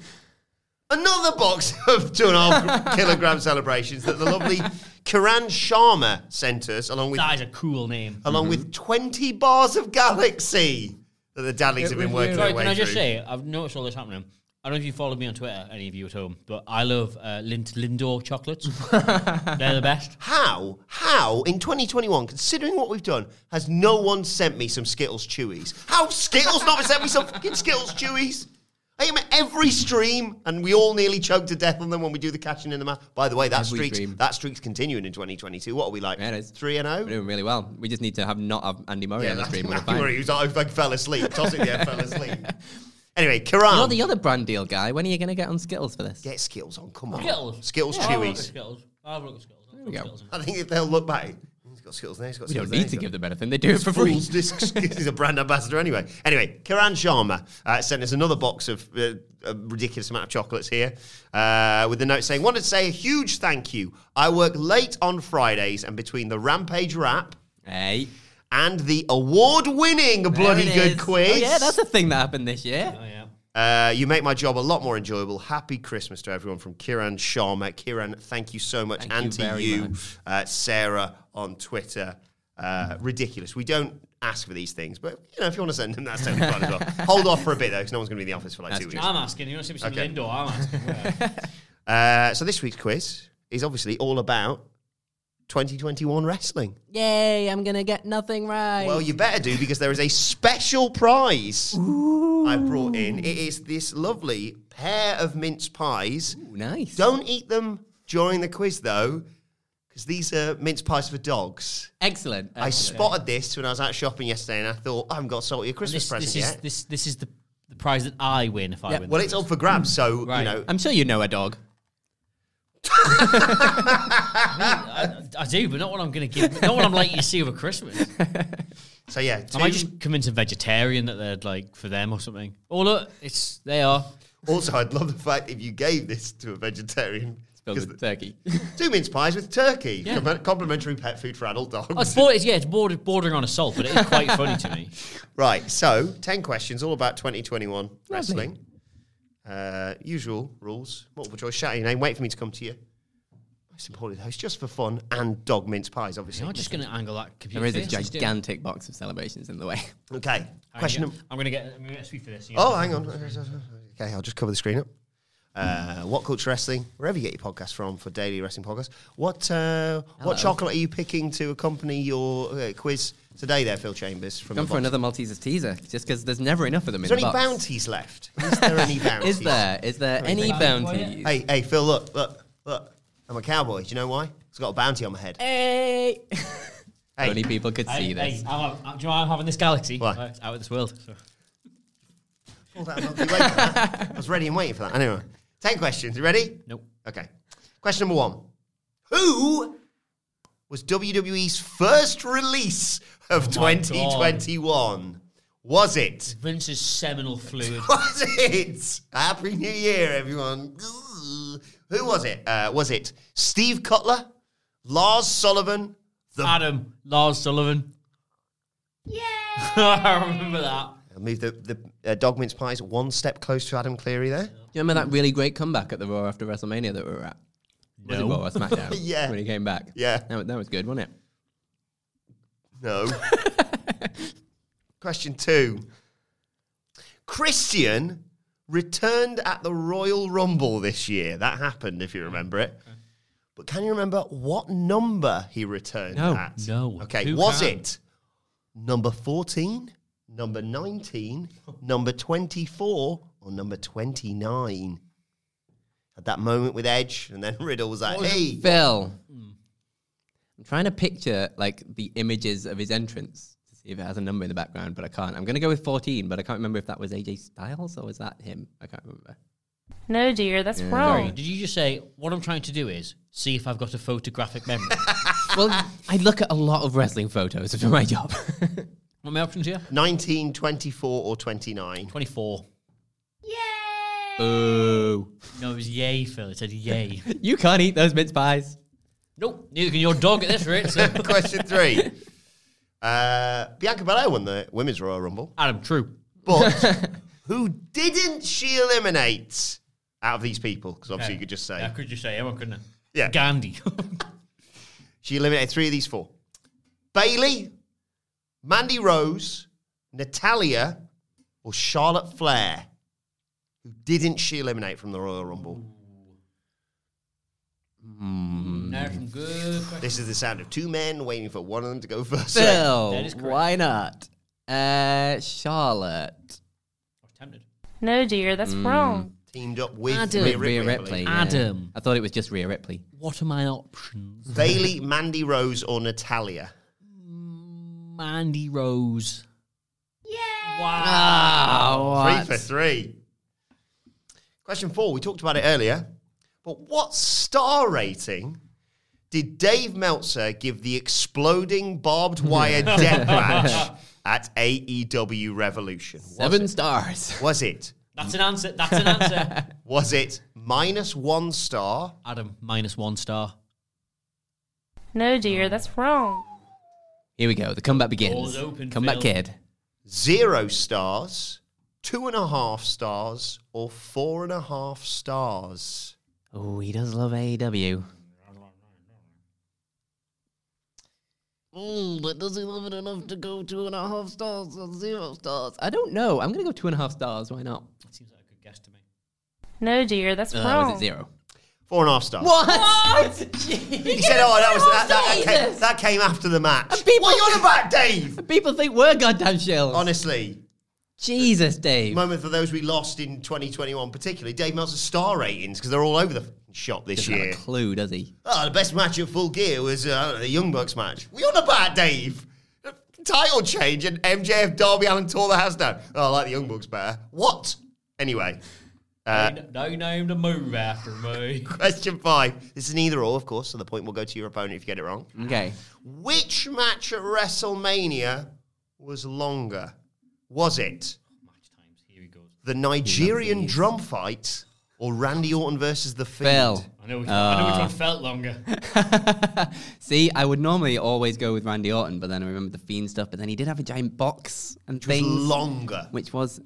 another box of two and a half kilogram celebrations that the lovely Karan Sharma sent us, along with That is a cool name. along with twenty bars of Galaxy that the Dadleys have been working Sorry, their way can I just through. say, I've noticed all this happening. I don't know if you followed me on Twitter, any of you at home, but I love uh, Lind- Lindor chocolates. They're the best. How, how in 2021, considering what we've done, has no one sent me some Skittles Chewies? How Skittles not sent me some fucking Skittles Chewies? I am at every stream, and we all nearly choke to death on them when we do the catching in the mouth. By the way, that Every streak's stream. that streak's continuing in 2022. What are we like? Yeah, it is. Three and We're zero. doing really well. We just need to have not have Andy Murray on the oh stream. We're that's fine. where he was like, like fell asleep, tossing the air, fell asleep. Anyway, Karan, You're the other brand deal guy. When are you going to get on Skittles for this? get Skittles on. Come on, Skittles. Oh. Skittles Yeah, I'll have a look Chewies. at Skittles. I'll have a look at Skittles. I'll have a we look at go. Skittles. I think if they'll look back, he's got Skittles there. He's got We Skittles don't there, need he's to got- give them anything. They do it for free. Fool's disc. He's a brand ambassador anyway. Anyway, Kiran Sharma uh, sent us another box of uh, a ridiculous amount of chocolates here uh, with a note saying, wanted to say a huge thank you. I work late on Fridays and between the Rampage Rap Hey. and the award-winning Bloody There it Good is. Quiz. Oh, yeah, that's a thing that happened this year. Oh, yeah. Uh, you make my job a lot more enjoyable. Happy Christmas to everyone from Kiran Sharma. Kiran, thank you so much. Thank and you to very you, much. uh, Sarah, on Twitter. Uh, ridiculous. We don't ask for these things, but you know, if you want to send them, that's totally fine as well. Hold off for a bit, though, because no one's going to be in the office for like two weeks. I'm asking. You want to see me some Okay. Lindor? I'm asking. Yeah. Uh, so this week's quiz is obviously all about 2021 wrestling. Yay, I'm going to get nothing right. Well, you better do because there is a special prize I brought in. It is this lovely pair of mince pies. nice. Don't eat them during the quiz though, because these are mince pies for dogs. Excellent. I Excellent. spotted this when I was out shopping yesterday, and I thought I haven't got sold your Christmas this, present this is yet. this this is the, the prize that I win if I Yeah, win. well, it's up for grabs, so Right. Um, you know. I'm sure you know a dog. I, I do, but not what I'm going to give. Not what I'm likely to see over Christmas. So yeah, I might two- just convince a vegetarian that they're like for them or something. Oh look, it's they are. also I'd love the fact if you gave this to a vegetarian. Filled 'cause with turkey. Two mince pies with turkey, Com- complimentary pet food for adult dogs. Oh, it's border, yeah, it's border, bordering on assault, but it is quite funny to me. Right, so 10 questions all about 2021 wrestling. Uh, usual rules, multiple choice, shout out your name, wait for me to come to you. Most importantly, though, it's just for fun and dog mince pies, obviously. I'm just going to angle that computer. There is a face, just do it. gigantic box of celebrations in the way. Okay, Hang on, question yeah. number. I'm going to get. I'm going to get a sweet for this. Oh, hang on. Okay, I'll just cover the screen up. Uh, what culture wrestling? Wherever you get your podcast from for daily wrestling podcast. What uh, what chocolate are you picking to accompany your uh, quiz today? There, Phil Chambers from. Gone the for box? another Maltesers teaser, just because there's never enough of them Is in there the any box. bounties left? Is there any bounties? Is there? Is there any bounties? Hey, hey, Phil, look, look, look. I'm a cowboy. Do you know why? It's got a bounty on my head. Hey! Hey. Only people could see Hey, this. hey, I'm, I'm, do you know why I'm having this galaxy? Why? Uh, It's out of this world. so. All that lovely wait for that. I was ready and waiting for that. Anyway, 10 questions. You ready? Nope. Okay. Question number one Who was WWE's first release of my 2021? Was it? Vince's seminal fluid. was it? Happy New Year, everyone. Who was it? Uh, was it Steve Cutler, Lars Sullivan, the Adam, Lars Sullivan. Yeah, I remember that. I moved the, the uh, dog mince pies one step close to Adam Cleary there. Do you remember that really great comeback at the Raw after WrestleMania that we were at? Was it Raw or SmackDown? Yeah. When he came back. Yeah. That, wa- that was good, wasn't it? No. Question two. Christian returned at the Royal Rumble this year. That happened, if you remember it. But can you remember what number he returned No, at? no. Okay, Who was can? it number 14, number 19, number 24, or number 29? At that moment with Edge, and then Riddle was like, hey. Phil. I'm trying to picture like the images of his entrance to see if it has a number in the background, but I can't. I'm going to go with 14, but I can't remember if that was AJ Styles or was that him? I can't remember. No, dear, that's Sorry, wrong. did you just say what I'm trying to do is see if I've got a photographic memory? well, I look at a lot of wrestling photos for my job. What are my options here? 19, 24, or 29. 24. Ooh. No, it was yay, Phil. It said yay. You can't eat those mince pies. nope, neither can your dog at this rate. So. Question three. Uh, Bianca Belair won the Women's Royal Rumble, Adam, true. but who didn't she eliminate out of these people? Because obviously you could just say I could just say everyone, couldn't I? Yeah. Gandhi. she eliminated three of these four: Bailey, Mandy Rose, Natalia, or Charlotte Flair. Who didn't she eliminate from the Royal Rumble? Now some good questions. This is the sound of two men waiting for one of them to go first. Phil, is correct. why not? Uh, Charlotte. I was tempted. No, dear, that's Mm. wrong. Teamed up with Adam. Rhea Ripley. Rhea I Ripley. believe. yeah. Adam. I thought it was just Rhea Ripley. What are my options? Bailey, Mandy Rose, or Natalia. Mandy Rose. Yeah. Wow. Oh, Three for three. Question four. We talked about it earlier, but what star rating did Dave Meltzer give the exploding barbed wire death match at AEW Revolution? Was Seven it- stars. Was it? That's an answer. That's an answer. Was it minus one star, Adam, minus one star. No, dear, Oh. that's wrong. Here we go. The comeback begins. Doors open, comeback Phil. kid. zero stars, two and a half stars, or four and a half stars? Oh, he does love AEW. Mm, but does he love it enough to go two and a half stars or zero stars? I don't know. I'm gonna go two and a half stars. Why not? That seems like a good guess to me. No, dear, that's Uh, wrong. was it zero? Four and a half stars. What? He said, "Oh, that was that, that, that, came, that came after the match." people- What are you on about, Dave? People think we're goddamn shills. Honestly, Jesus, Dave. moment for those we lost in 2021, particularly Dave Meltzer's star ratings because they're all over the f- shop this Doesn't have year. a clue, does he? Oh, the best match at Full Gear was uh, I don't know, the Young Bucks match. We on about Dave. Title change and MJF Darby Allen tore the house down. Oh, I like the Young Bucks better. What? Anyway, no name to move after me. question five. This is an either or, of course, so the point will go to your opponent if you get it wrong. Okay. Which match at WrestleMania was longer? Was it the Nigerian drum fight or Randy Orton versus the Fiend? Phil. I know, which, I know which one felt longer. See, I would normally always go with Randy Orton, but then I remember the Fiend stuff. But then he did have a giant box and It was things, longer. which was.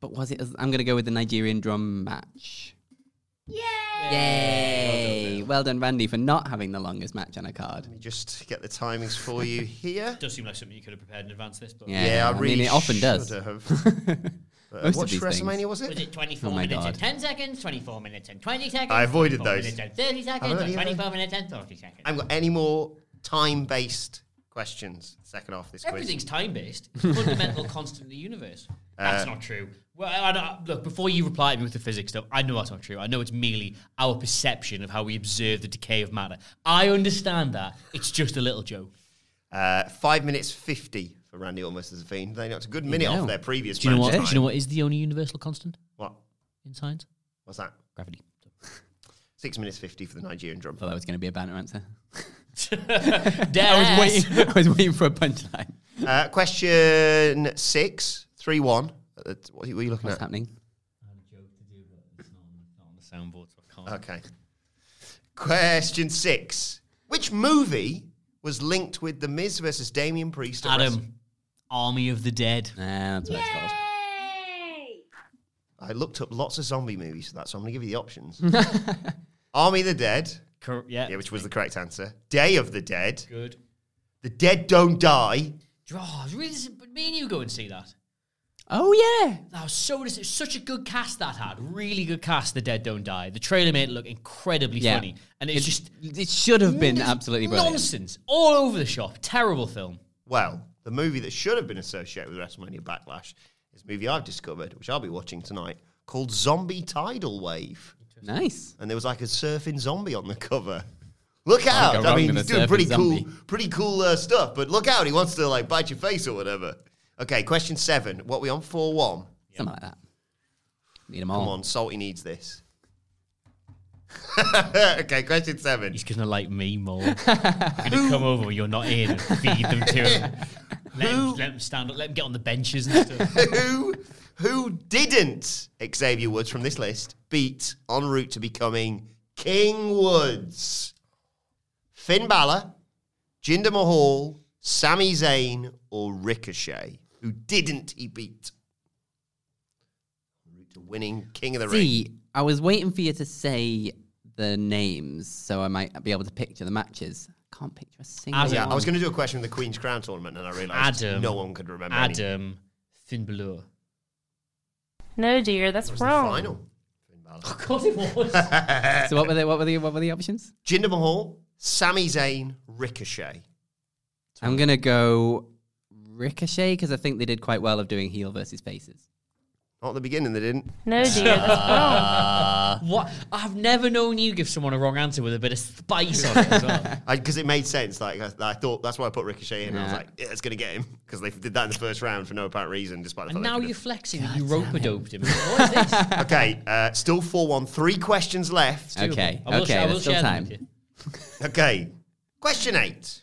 But was it? I'm going to go with the Nigerian drum match. Yay! Yay! Well done, Randy, for not having the longest match on a card. Let me just get the timings for you here. does seem like something you could have prepared in advance this, but Yeah, Yeah, I really mean, it often does. should have. Uh, Most of Which these things. WrestleMania was Was it? it 24 Oh my minutes God. and 10 seconds, 24 minutes and 20 seconds? I avoided 24 those. minutes and 30 Haven't seconds, any or of 24 minutes and 30 seconds. I haven't got any more time-based questions. Second half of this quiz. Everything's time based. Fundamental constant in the universe. Uh, That's not true. Well, I, I, look, before you reply to me with the physics stuff, I know that's not true. I know it's merely our perception of how we observe the decay of matter. I understand that. It's just a little joke. Uh, five minutes fifty for Randy Orton versus the Fiend. They knocked a good minute off know. their previous Do you know match what? time. Do you know what is the only universal constant What? in science? What's that? Gravity. Six minutes fifty for the Nigerian drum. Thought that was going to be a banner answer. Dead I was waiting. I was waiting for a punchline. Uh, question six, three, one. Uh, What were you looking What's at? happening? Soundboard, so I can't. Okay. Question six. Which movie was linked with The Miz versus Damian Priest? at Wrestle- Adam, Army of the Dead. Nah, that's what it's called. I looked up lots of zombie movies for that, so I'm going to give you the options Army of the Dead, Cor- yeah. yeah, which was the correct answer. Day of the Dead, good. The Dead Don't Die, Oh, I was really, dis- but me and you go and see that. Oh yeah. That was so dis- such a good cast that had. Really good cast. The Dead Don't Die. The trailer made it look incredibly Yeah. funny, and it's just It should have been just absolutely brilliant. nonsense all over the shop. Terrible film. Well, the movie that should have been associated with WrestleMania Backlash is a movie I've discovered, which I'll be watching tonight, called Zombie Tidal Wave. Nice. And there was like a surfing zombie on the cover. Look out! go I wrong mean, with he's a doing surfing pretty zombie. cool, pretty cool uh, stuff. But look out! He wants to like bite your face or whatever. Okay, question seven. What we on four one? Something like that. Need them all. Come on, Salty needs this. okay, question seven. He's gonna like me more. I'm gonna come over when you're not in and feed them to him. Let him, let him stand up. Let him get on the benches and stuff. who who didn't Xavier Woods from this list beat en route to becoming King Woods? Finn Balor, Jinder Mahal, Sami Zayn, or Ricochet? Who didn't he beat? En route to winning King of the Ring. See, I was waiting for you to say the names so I might be able to picture the matches. I can't picture a single Adam. Yeah, one. I was going to do a question with the Queen's Crown tournament, and I realised Adam. no one could remember. any. Adam Finn Balor. No, dear, That that's was the wrong. final. Finn Balor. Of course Oh, it was. So what were the what were the what were the options? Jinder Mahal, Sami Zayn, Ricochet. I'm gonna go Ricochet because I think they did quite well of doing heel versus faces. Not at the beginning, they didn't. No, dear, that's wrong. what? I've never known you give someone a wrong answer with a bit of spice on it as well. because it made sense. Like I, I thought that's why I put Ricochet in. I was Yeah. like, yeah, it's gonna get him because they did that in the first round for no apparent reason, despite the And fact now they you're flexing. you rope doped him. What is this? could've- okay. Uh, still four one. Three questions left. Okay, I will sh- okay, I will there's still share them time. with you. Okay. Question eight.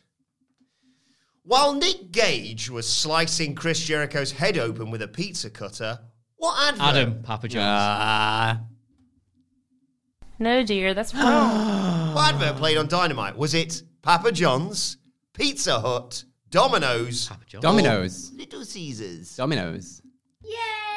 While Nick Gage was slicing Chris Jericho's head open with a pizza cutter, what advert? Adam Papa John's. Ah, No, dear, that's wrong. What advert played on Dynamite? Was it Papa John's, Pizza Hut, Domino's, Papa John's. Oh. Dominoes, Little Caesars? Dominoes.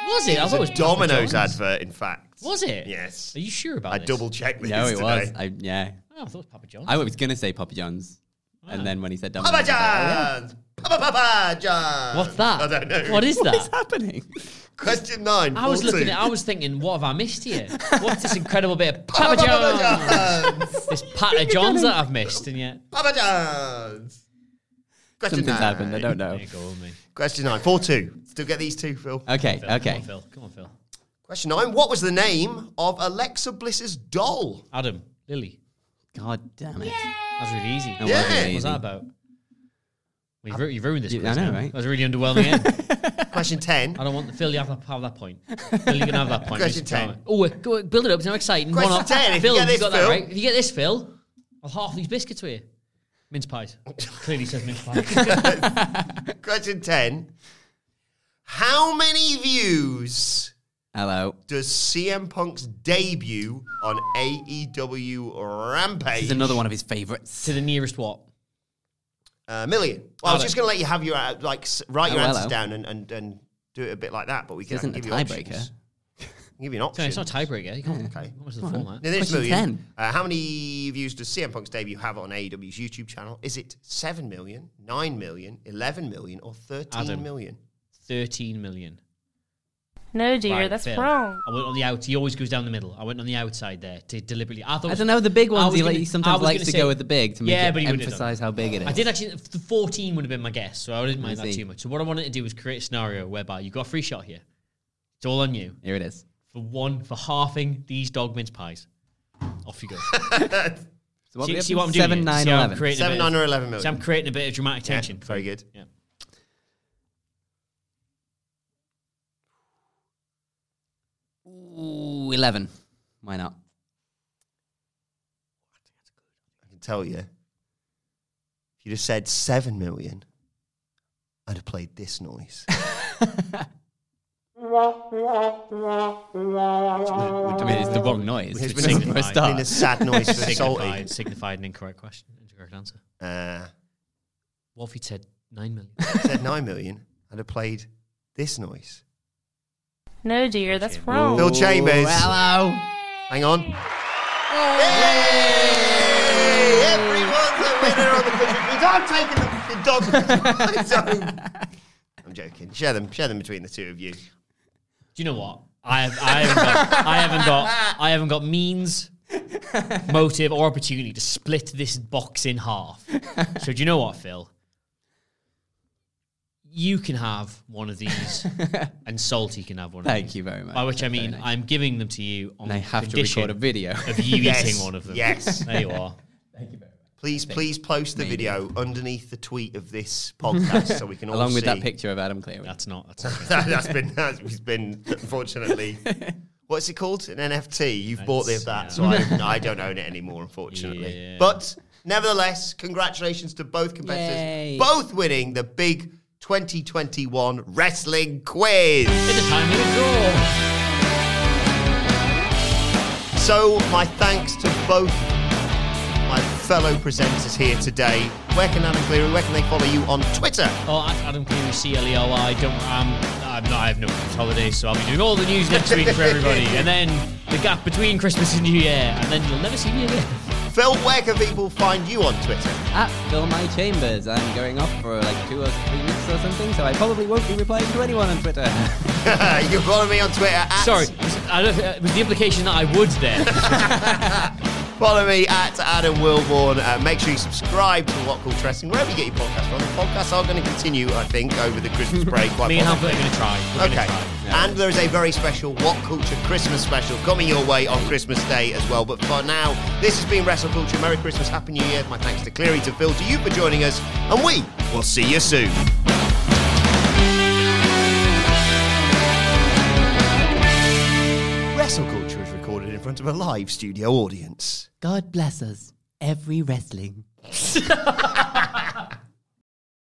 was it? I thought it was Papa Domino's John's. advert, in fact. Was it? Yes. Are you sure about I this? double checked this No, it today. was. I, yeah, Oh, I thought it was Papa John's. I was gonna say Papa John's, Ah. and then when he said Dominoes, Papa I John's! Papa Papa John's! What's that? I don't know. What is was like, that? "Oh, what's happening? Question nine. I was 14. looking at. I was thinking, what have I missed here? What's this incredible bit of Papa Papa John's? John's! This Papa John's that I've missed, and yet Papa John's! Question Something's nine. happened. I don't know. There you go, me. Question nine. 4 2. Still get these two, Phil. Okay, Phil, Come okay. on, Phil. Come on, Phil. Question nine. What was the name of Alexa Bliss's doll? Adam, Lily. God damn it! That was really easy. That was Yeah. really What was easy. that about? We've ru- you've ruined this. Yeah, I quiz know, now. right? That was a really underwhelming. end. Question 10. I don't want the Phil. You have, to have that point. Phil, you can have that point. Question Mr. Palmer. 10. Oh, wait, go, build it up. It's now exciting. Question One up. 10, if you Phil, get this, got Phil. that right. If you get this, Phil, I'll half these biscuits for you. Mince pies. Clearly says mince pies. Question 10. How many views Hello. does CM Punk's debut on AEW Rampage? This is another one of his favorites. to the nearest what? Uh, million. Well, I was Hello. just going to let you have your uh, like s- write your Oh, answers hello. down and, and, and do it a bit like that, but we can, I can Isn't a give you options. tiebreaker. I'll Give you an option. No, it's not a tiebreaker. You can't. Okay. What was the format? Now, this Question million. 10. Uh, how many views does CM Punk's debut have on AEW's YouTube channel? Is it 7 million, 9 million, 11 million, or thirteen million? Adam. 13 million. No, dear, Right, that's Phil. wrong. I went on the out. He always goes down the middle. I went on the outside there to deliberately. I, thought I don't know the big I ones. was He, gonna- like, he I sometimes was likes gonna to say- go with the big to make Yeah, it but he wouldn't have emphasize how big it is. I did actually. The 14 would have been my guess, so I didn't mind I that see. too much. So what I wanted to do was create a scenario whereby you got a free shot here. It's all on you Here it is. for one for halving these dog mince pies. Off you go. So what see, we see have? what I'm doing? Seven, here? nine, See how I'm eleven. creating a 7, bit 9, of- or 11 million? See, I'm creating a bit of dramatic Yeah, tension. very good. Yeah. Ooh, eleven. Why not? I can tell you. If you'd have said 7 million, I'd have played this noise. I mean, it's the wrong noise. It's It's been a, been a it's been a start. sad noise for Salty. Signified, signified an incorrect question, incorrect answer. Uh, What if he said nine million? said 9 million, I'd have played this noise. No, dear, that's wrong. Phil Chambers. Hello. Hang on. oh, Yay! Everyone's a winner on the Christmas quiz. I'm taking the, the dog quiz home. I'm joking. Share them. Share them between the two of you. Do you know what? I have, I haven't got, I haven't got, I haven't got means, motive, or opportunity to split this box in half. So do you know what, Phil? You can have one of these, and Salty can have one. of Thank these. you very much. By which I That's mean very nice. I'm giving them to you on And I the have to condition record a video. of you Yes. eating one of them. Yes. there you are. Please, please post the video underneath the tweet of this podcast so we can all Along with see. that picture of Adam Cleary. That's not. That's not That- that's been that's been unfortunately. What's it called? An NFT. You've bought the, That's- that, yeah. so I, I don't own it anymore, unfortunately. Yeah. But nevertheless, congratulations to both competitors, Yay. both winning the big 2021 wrestling quiz. It's time for the draw. So, my thanks to both my fellow presenters here today. Where can Adam Cleary, where can they follow you on Twitter? Oh, at Adam Cleary, C L E O I. Don't I'm, I'm not. I have no Christmas holidays, so I'll be doing all the news next week for everybody, and then the gap between Christmas and New Year, and then you'll never see me again. Phil, where can people find you on Twitter? At Fill My Chambers. I'm going off for like two or three weeks or something, so I probably won't be replying to anyone on Twitter. Uh, you can follow me on Twitter at Sorry, I don't, uh, was the implication that I would then? Follow me at Adam Wilborn. Uh, make sure you subscribe to What Cool Wrestling, wherever you get your podcast from. The podcasts are going to continue, I think, over the Christmas break. Quite me and possibly. Hamlet are going to try. We're Okay. Gonna try. And there is a very special What Culture Christmas special coming your way on Christmas Day as well. But for now, this has been Wrestle Culture. Merry Christmas, Happy New Year. My thanks to Cleary, to Phil, to you for joining us, and we will see you soon. Wrestle Culture is recorded in front of a live studio audience. God bless us, every wrestling.